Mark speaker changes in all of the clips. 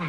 Speaker 1: in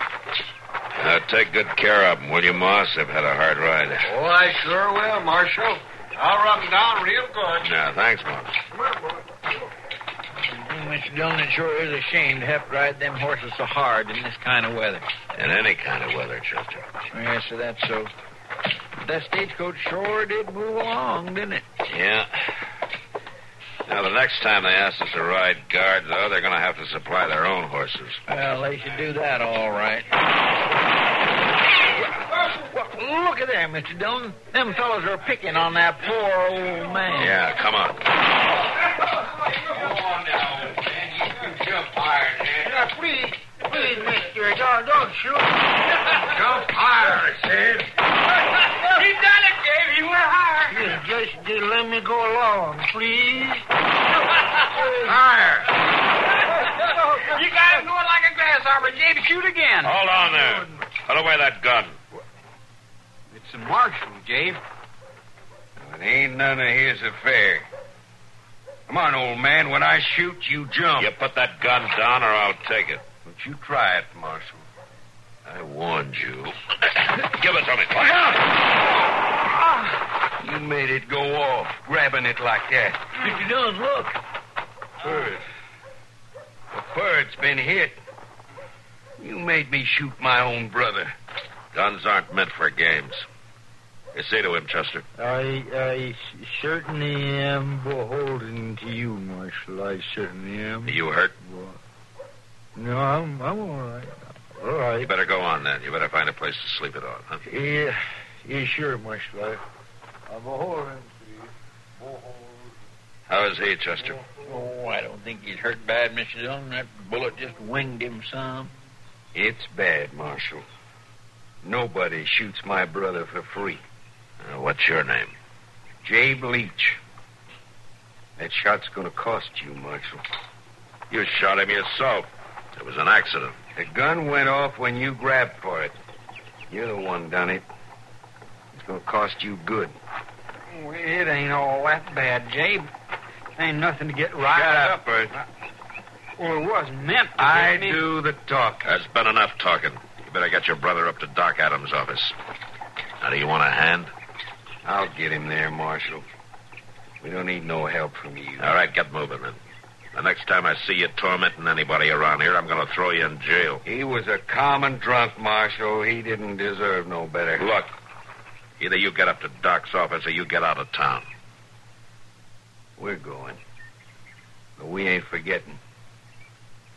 Speaker 2: Now, take good care of them, will you, Moss? They've had a hard ride.
Speaker 3: Oh, I sure will, Marshal. I'll rub 'em down real good.
Speaker 2: Yeah, thanks, Moss.
Speaker 4: Mr. Dillon, it sure is a shame to have to ride them horses so hard in this kind of weather.
Speaker 2: In any kind of weather, Chester.
Speaker 4: Yes, sir, that's so. But that stagecoach sure did move along, didn't it?
Speaker 2: Yeah. Now, the next time they ask us to ride guard, though, they're going to have to supply their own horses.
Speaker 4: Well, they should do that all right. Well, Look at there, Mr. Dillon. Them fellows are picking on that poor old man.
Speaker 2: Yeah, come on.
Speaker 3: please, please, Mr. Don't, don't shoot. Jump higher, I said. he done it, Dave. He went higher. Just, just let me go along, please. higher. You got him going like a grasshopper, Dave. Shoot again.
Speaker 2: Hold on there. Put away that gun.
Speaker 3: It's a marshal, Dave.
Speaker 5: It ain't none of his affair. Come on, old man. When I shoot, you jump.
Speaker 2: You put that gun down, or I'll take it.
Speaker 5: Don't you try it, Marshal.
Speaker 2: I warned you. Give it to me. Look out!
Speaker 5: You made it go off, grabbing it like that.
Speaker 4: Mr. Dillon, look.
Speaker 5: Bird. The bird's been hit. You made me shoot my own brother.
Speaker 2: Guns aren't meant for games. You say to him, Chester.
Speaker 6: I, I s- certainly am beholden to you, Marshal. I certainly am.
Speaker 2: Are you hurt?
Speaker 6: No, I'm, I'm all right. All
Speaker 2: You
Speaker 6: right.
Speaker 2: better go on then. You better find a place to sleep it on, huh?
Speaker 6: Yeah, yeah sure, Marshal. I, I'm beholden to you. Beholden.
Speaker 2: How is he, Chester?
Speaker 4: Oh, I don't think he's hurt bad, Mr. Dillon. That bullet just winged him some.
Speaker 5: It's bad, Marshal. Nobody shoots my brother for free.
Speaker 2: Uh, what's your name?
Speaker 5: Jabe Leach. That shot's gonna cost you, Marshal.
Speaker 2: You shot him yourself. It was an accident.
Speaker 5: The gun went off when you grabbed for it. You're the one done it. It's gonna cost you good. Oh,
Speaker 3: Well, it ain't all that bad, Jabe. Ain't nothing to get right
Speaker 5: Shut up, Bert.
Speaker 3: Well, it wasn't meant to be.
Speaker 5: I
Speaker 3: mean-
Speaker 5: do the talking.
Speaker 2: That's been enough talking. You better get your brother up to Doc Adams' office. Now, do you want a hand?
Speaker 5: I'll get him there, Marshal. We don't need no help from you.
Speaker 2: All right, get moving then. The next time I see you tormenting anybody around here, I'm going to throw you in jail.
Speaker 5: He was a common drunk, Marshal. He didn't deserve no better.
Speaker 2: Look, either you get up to Doc's office or you get out of town.
Speaker 5: We're going. But we ain't forgetting.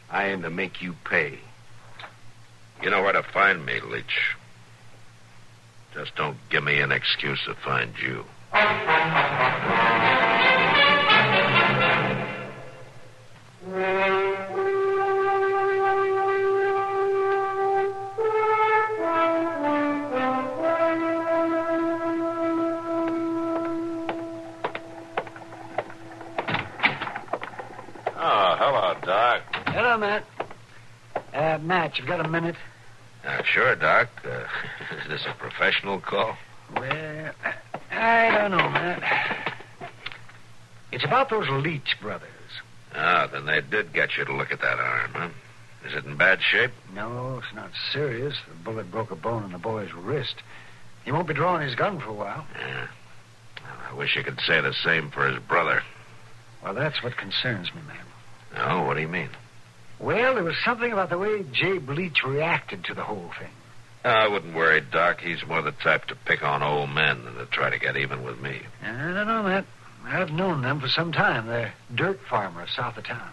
Speaker 5: I am to make you pay.
Speaker 2: You know where to find me, Leach. Just don't give me an excuse to find you. Oh, hello, Doc.
Speaker 3: Hello, Matt. Uh, Matt, you've got a minute?
Speaker 2: Uh, sure, Doc. Uh, is this a professional call?
Speaker 3: Well, I don't know, Matt. It's about those Leach brothers.
Speaker 2: Ah, then they did get you to look at that arm, huh?
Speaker 7: Is it in bad shape?
Speaker 6: No, it's not serious. The bullet broke a bone in the boy's wrist. He won't be drawing his gun for a while.
Speaker 7: Yeah. I wish you could say the same for his brother.
Speaker 6: Well, that's what concerns me, ma'am.
Speaker 7: No, what do you mean?
Speaker 6: Well, there was something about the way Jabe Leach reacted to the whole thing.
Speaker 7: Ah, I wouldn't worry, Doc. He's more the type to pick on old men than to try to get even with me.
Speaker 6: I don't know that. I've known them for some time. They're dirt farmers south of town.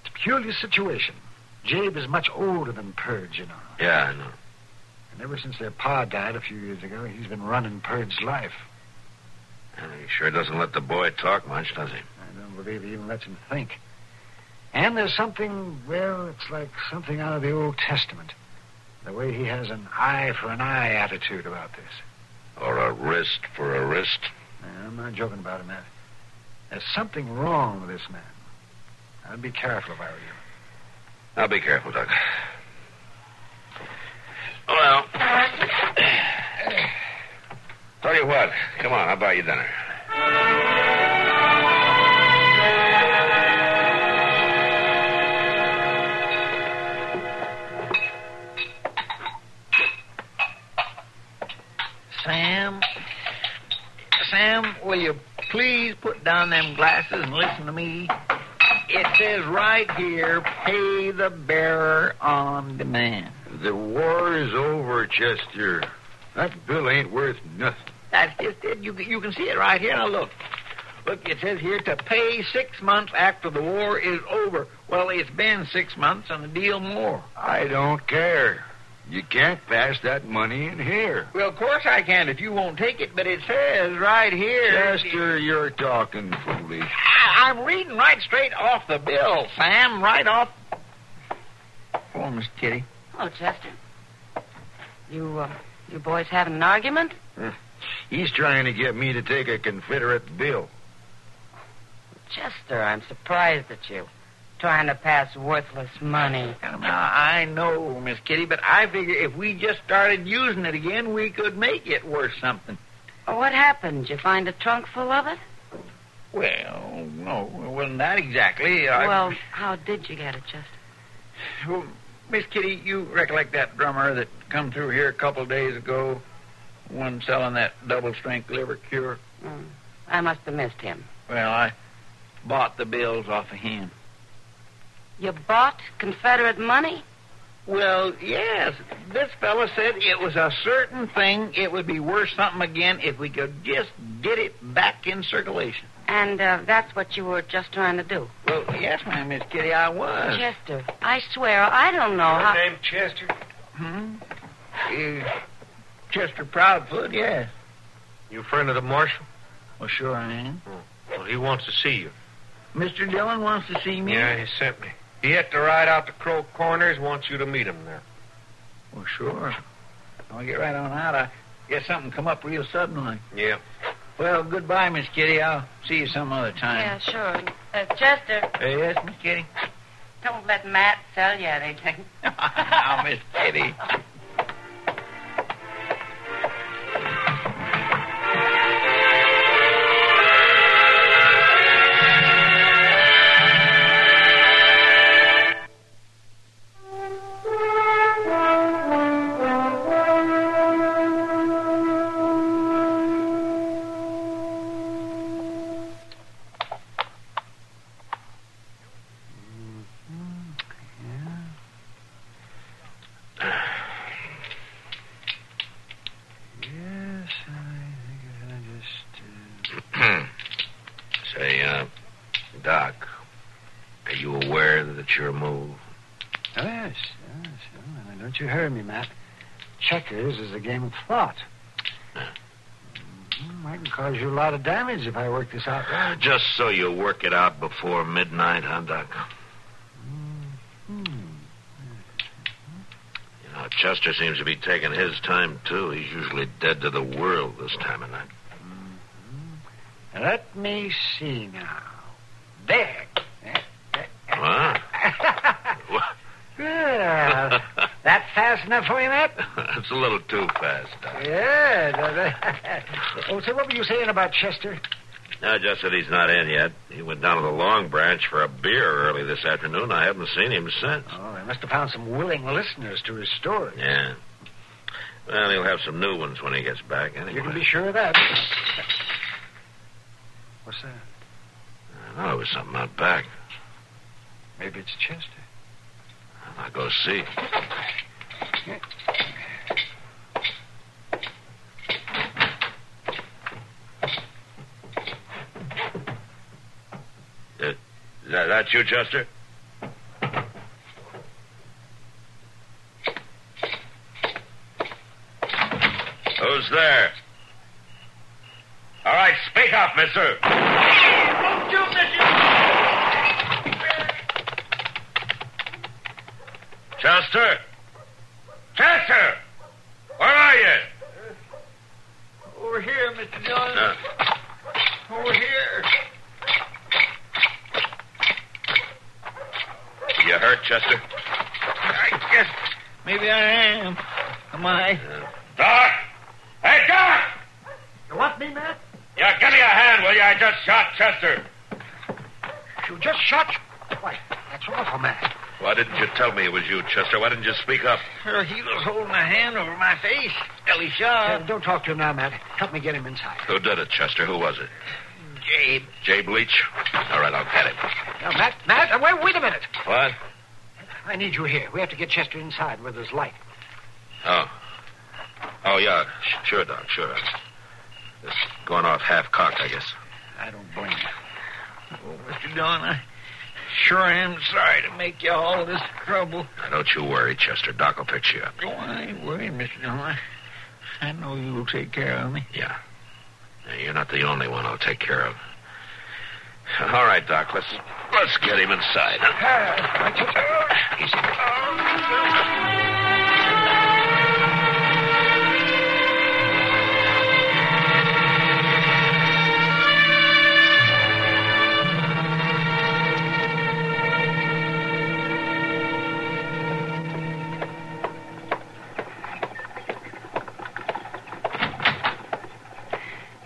Speaker 6: It's a peculiar situation. Jabe is much older than Purge, you know.
Speaker 7: Yeah, I know.
Speaker 6: And ever since their pa died a few years ago, he's been running Purge's life.
Speaker 7: And he sure doesn't let the boy talk much, does he?
Speaker 6: I don't believe he even lets him think. And there's something, well, it's like something out of the Old Testament. The way he has an eye for an eye attitude about this.
Speaker 7: Or a wrist for a wrist.
Speaker 6: Now, I'm not joking about him, Matt. There's something wrong with this man. I'd be careful if I were you.
Speaker 7: Now be careful, Doc. Well, tell you what. Come on, I'll buy you dinner.
Speaker 4: Sam, Sam, will you please put down them glasses and listen to me? It says right here, pay the bearer on demand.
Speaker 5: The war is over, Chester. That bill ain't worth nothing.
Speaker 4: That's just it. You, can- you can see it right here. Now look. Look, it says here to pay six months after the war is over. Well, it's been six months and a deal more.
Speaker 5: I don't care. You can't pass that money in here.
Speaker 4: Well, of course I can if you won't take it, but it says right here.
Speaker 5: Chester, you're talking foolish.
Speaker 4: I, I'm reading right straight off the bill, Sam. Right off. Oh, Miss Kitty.
Speaker 2: Oh, Chester. You, uh, you boys having an argument?
Speaker 5: Hmm. He's trying to get me to take a Confederate bill.
Speaker 2: Chester, I'm surprised at you. Trying to pass worthless money.
Speaker 4: Now, I know, Miss Kitty, but I figure if we just started using it again, we could make it worth something.
Speaker 2: Oh, what happened? You find a trunk full of it?
Speaker 4: Well, no, it wasn't that exactly. I-
Speaker 2: Well, how did you get it, Chester?
Speaker 4: Well, Miss Kitty, you recollect that drummer that come through here a couple days ago? One selling that double-strength liver cure?
Speaker 2: Mm. I must have missed him.
Speaker 4: Well, I bought the bills off of him.
Speaker 2: You bought Confederate money?
Speaker 4: Well, yes. This fella said it was a certain thing. It would be worth something again if we could just get it back in circulation.
Speaker 2: And uh, that's what you were just trying to do.
Speaker 4: Well, yes, ma'am, Miss Kitty, I was.
Speaker 2: Chester, I swear, I don't know
Speaker 3: Your
Speaker 2: how.
Speaker 3: name Chester?
Speaker 4: Hmm? Uh, Chester Proudfoot, yes.
Speaker 5: You friend of the marshal?
Speaker 4: Well, sure I am.
Speaker 5: Well, he wants to see you.
Speaker 4: Mr. Dillon wants to see me.
Speaker 5: he sent me. He had to ride out to Crow Corners. Wants you to meet him there.
Speaker 4: Well, sure. I'll get right on out. I guess something come up real suddenly.
Speaker 5: Yeah.
Speaker 4: Well, goodbye, Miss Kitty. I'll see you some other
Speaker 2: Yeah,
Speaker 4: time.
Speaker 2: sure. Uh, Chester,
Speaker 4: Uh, yes, Miss Kitty.
Speaker 2: don't let Matt sell you anything.
Speaker 4: oh, Miss Kitty.
Speaker 6: Yes, I think I just.
Speaker 2: Hmm.
Speaker 7: Say, uh, Doc, are you aware that it's your move?
Speaker 6: Oh, yes, yes. Oh, now, don't you hear me, Matt? Checkers is a game of thought. Mhm, I can cause you a lot of damage if I work this out right.
Speaker 7: Just so you work it out before midnight, huh, Doc? You know, Chester seems to be taking his time, too. He's usually dead to the world this time of night.
Speaker 6: Let me see now. There.
Speaker 7: Huh?
Speaker 6: Yeah. that fast enough for you, Matt?
Speaker 7: That's a little too fast, Doc.
Speaker 6: Yeah. that- that- oh, so what were you saying about Chester?
Speaker 7: No, just that he's not in yet. He went down to the Long Branch for a beer early this afternoon. I haven't seen him since.
Speaker 6: Oh, they must have found some willing listeners to his story.
Speaker 7: Yeah. Well, he'll have some new ones when he gets back, anyway.
Speaker 6: You can be sure of that. What's that?
Speaker 7: I thought it was something out back.
Speaker 6: Maybe it's Chester.
Speaker 7: I'll go see. Uh, Is that, that you, Chester? Who's there? All right, speak up, mister.
Speaker 3: Don't do this, you...
Speaker 7: Chester? Chester! Where are you?
Speaker 3: Over here, Mr. Dillon.
Speaker 7: Uh,
Speaker 3: Over here.
Speaker 7: you hurt, Chester?
Speaker 3: I guess maybe I am. Am I?
Speaker 7: Doc! Hey, Doc!
Speaker 3: You want me, Matt?
Speaker 7: Yeah, give me a hand, will you? I just shot Chester.
Speaker 6: You just shot. Why, that's awful, man.
Speaker 7: Why didn't you tell me it was you, Chester? Why didn't you speak up?
Speaker 4: Well, he was holding a hand over my face till he
Speaker 6: Uh,
Speaker 4: shot.
Speaker 6: don't talk to him now, Matt. Help me get him inside.
Speaker 7: Who did it, Chester? Who was it?
Speaker 4: Jabe,
Speaker 7: Jabe Leach? All right, I'll get him.
Speaker 6: Now, Matt, Matt, uh, wait, wait a minute.
Speaker 7: What?
Speaker 6: I need you here. We have to get Chester inside where there's light.
Speaker 7: Oh. Oh, yeah. Sh- Sure, Doc, sure. Just going off half-cocked, I guess.
Speaker 6: I don't blame you.
Speaker 4: oh, Mr. Dillon, I sure am sorry to make you all this trouble.
Speaker 7: Now, don't you worry, Chester. Doc will fix you up.
Speaker 4: Oh, I ain't worried, Mr. Dillon. I- I know you'll take care of me.
Speaker 7: Yeah. Now, You're not the only one I'll take care of. All right, Doc. Let's let's get him inside.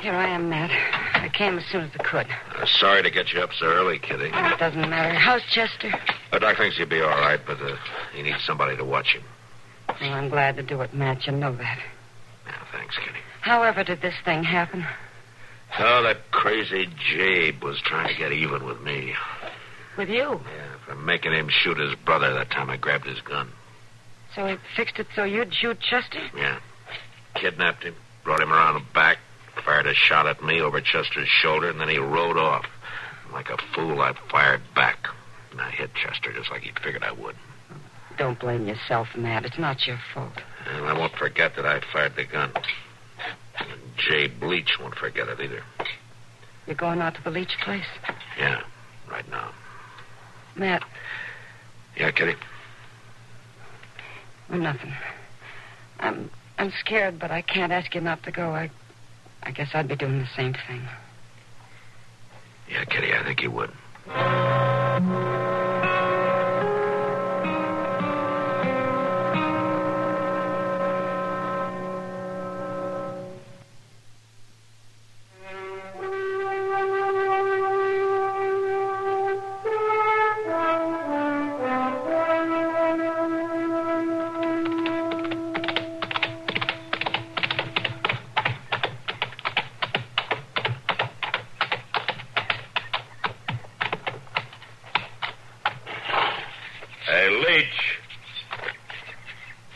Speaker 2: Here I am, Matt. I came as soon as I could.
Speaker 7: Uh, sorry to get you up so early, Kitty.
Speaker 2: It doesn't matter. How's Chester?
Speaker 7: Uh, Doc thinks he'll be all right, but uh, he needs somebody to watch him.
Speaker 2: Well, I'm glad to do it, Matt. You know that.
Speaker 7: Yeah, thanks, Kitty.
Speaker 2: However did this thing happen?
Speaker 7: Oh, that crazy Jabe was trying to get even with me.
Speaker 2: With you.
Speaker 7: Yeah, for making him shoot his brother that time I grabbed his gun.
Speaker 2: So he fixed it so you'd shoot Chester?
Speaker 7: Yeah. Kidnapped him, brought him around the back, fired a shot at me over Chester's shoulder, and then he rode off. Like a fool, I fired back. And I hit Chester just like he figured I would.
Speaker 2: Don't blame yourself, Matt. It's not your fault.
Speaker 7: And I won't forget that I fired the gun. And Jay Bleach won't forget it either.
Speaker 2: You're going out to the Leach place?
Speaker 7: Yeah, right now.
Speaker 2: Matt,
Speaker 7: Yeah, Kitty?
Speaker 2: well, nothing. I'm I'm scared, but I can't ask you not to go. I I guess I'd be doing the same thing.
Speaker 7: Yeah, Kitty, I think he would. Hey, Leach.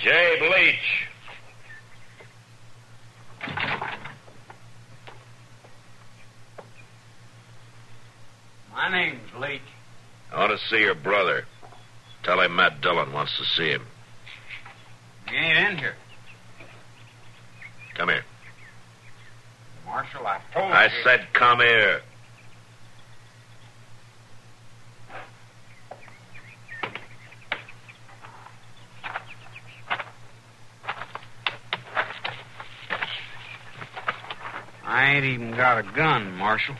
Speaker 7: Jay Leach.
Speaker 3: My name's Leach.
Speaker 7: I want to see your brother. Tell him Matt Dillon wants to see him.
Speaker 3: He ain't in here.
Speaker 7: Come here.
Speaker 3: Marshal, I told
Speaker 7: I said, come here.
Speaker 3: I ain't even got a gun, Marshal.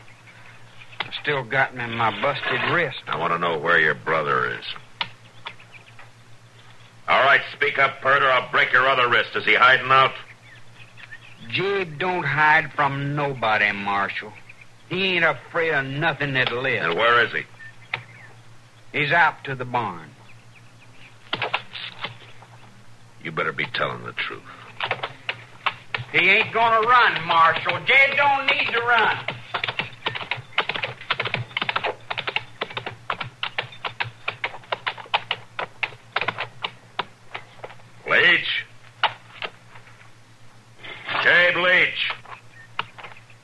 Speaker 3: I still got him in my busted wrist.
Speaker 7: I want to know where your brother is. All right, speak up, Pert, or I'll break your other wrist. Is he hiding out?
Speaker 3: Jib don't hide from nobody, Marshal.
Speaker 6: He ain't afraid of nothing that lives.
Speaker 7: And where is he?
Speaker 6: He's out to the barn.
Speaker 7: You better be telling the truth.
Speaker 6: He ain't gonna run, Marshal. Jed don't need to run.
Speaker 7: Leach? Jade Leach.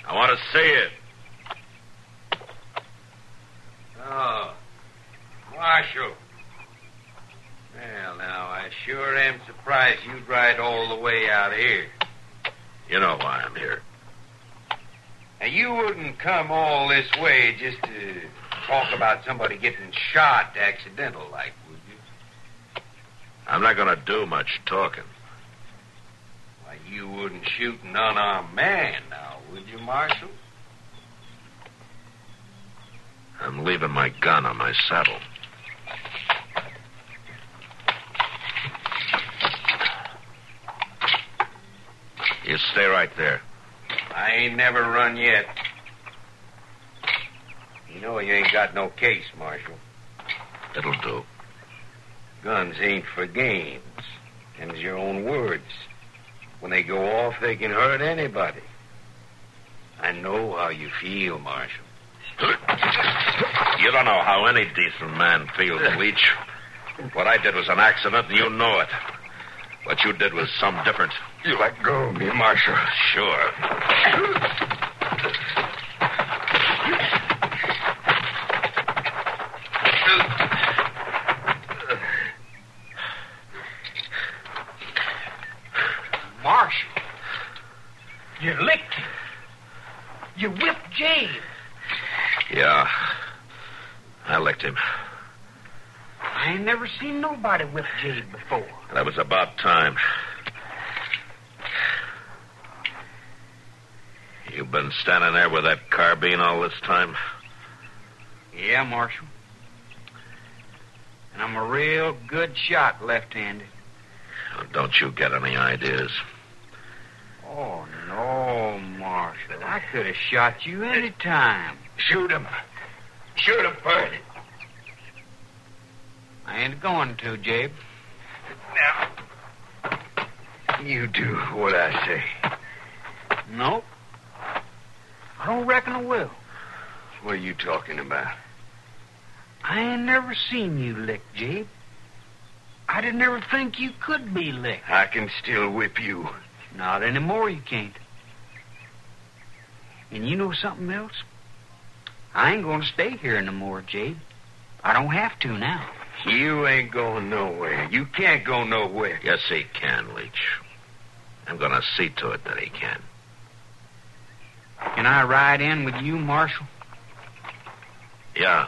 Speaker 7: I want to see you.
Speaker 4: Oh, Marshal. Well, now, I sure am surprised you'd ride all the way out here.
Speaker 7: You know why I'm here.
Speaker 4: Now, you wouldn't come all this way just to talk about somebody getting shot accidental like, would you?
Speaker 7: I'm not going to do much talking.
Speaker 4: Why, you wouldn't shoot an unarmed man now, would you, Marshal?
Speaker 7: I'm leaving my gun on my saddle. You stay right there.
Speaker 4: I ain't never run yet. You know you ain't got no case, Marshal.
Speaker 7: It'll do.
Speaker 4: Guns ain't for games. Them's your own words. When they go off, they can hurt anybody. I know how you feel, Marshal.
Speaker 7: You don't know how any decent man feels, Leach. What I did was an accident, and you know it. What you did was some different.
Speaker 4: You let go of me, Marshal.
Speaker 7: Sure.
Speaker 8: Marshal. You licked him. You whipped James.
Speaker 7: Yeah. I licked him.
Speaker 8: I ain't never seen nobody whip Jade before.
Speaker 7: That was about time. You've been standing there with that carbine all this time?
Speaker 6: Yeah, Marshal. And I'm a real good shot left-handed.
Speaker 7: Oh, Don't you get any ideas?
Speaker 6: Oh, no, Marshal. I could have shot you any time.
Speaker 4: Shoot him. Shoot him, Bert.
Speaker 6: I ain't going to, Jabe.
Speaker 4: You do what I say.
Speaker 6: Nope. I don't reckon I will.
Speaker 4: What are you talking about?
Speaker 6: I ain't never seen you licked, Jabe. I didn't ever think you could be licked.
Speaker 4: I can still whip you.
Speaker 6: Not anymore, you can't. And you know something else? I ain't going to stay here no more, Jade. I don't have to now.
Speaker 4: You ain't going nowhere. You can't go nowhere.
Speaker 7: Yes, he can, Leach. I'm going to see to it that he can.
Speaker 6: Can I ride in with you, Marshal?
Speaker 7: Yeah.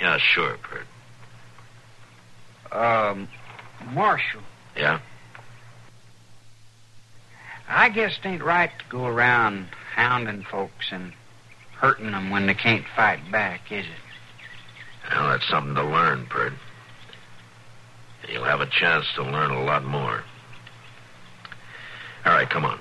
Speaker 7: Yeah, sure, Bert.
Speaker 6: Um, Marshal,
Speaker 7: Yeah?
Speaker 6: I guess it ain't right to go around hounding folks and hurting them when they can't fight back, is it?
Speaker 7: Well, that's something to learn, Bert. You'll have a chance to learn a lot more. All right, come on.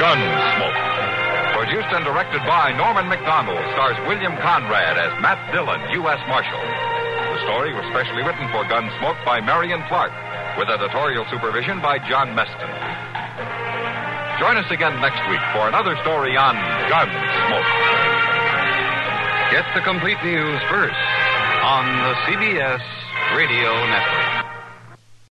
Speaker 1: Gunsmoke. Produced and directed by Norman McDonald, stars William Conrad as Matt Dillon, U.S. Marshal. The story was specially written for Gunsmoke by Marion Clark, with editorial supervision by John Meston. Join us again next week for another story on Gunsmoke. Get the complete news first on the CBS Radio Network.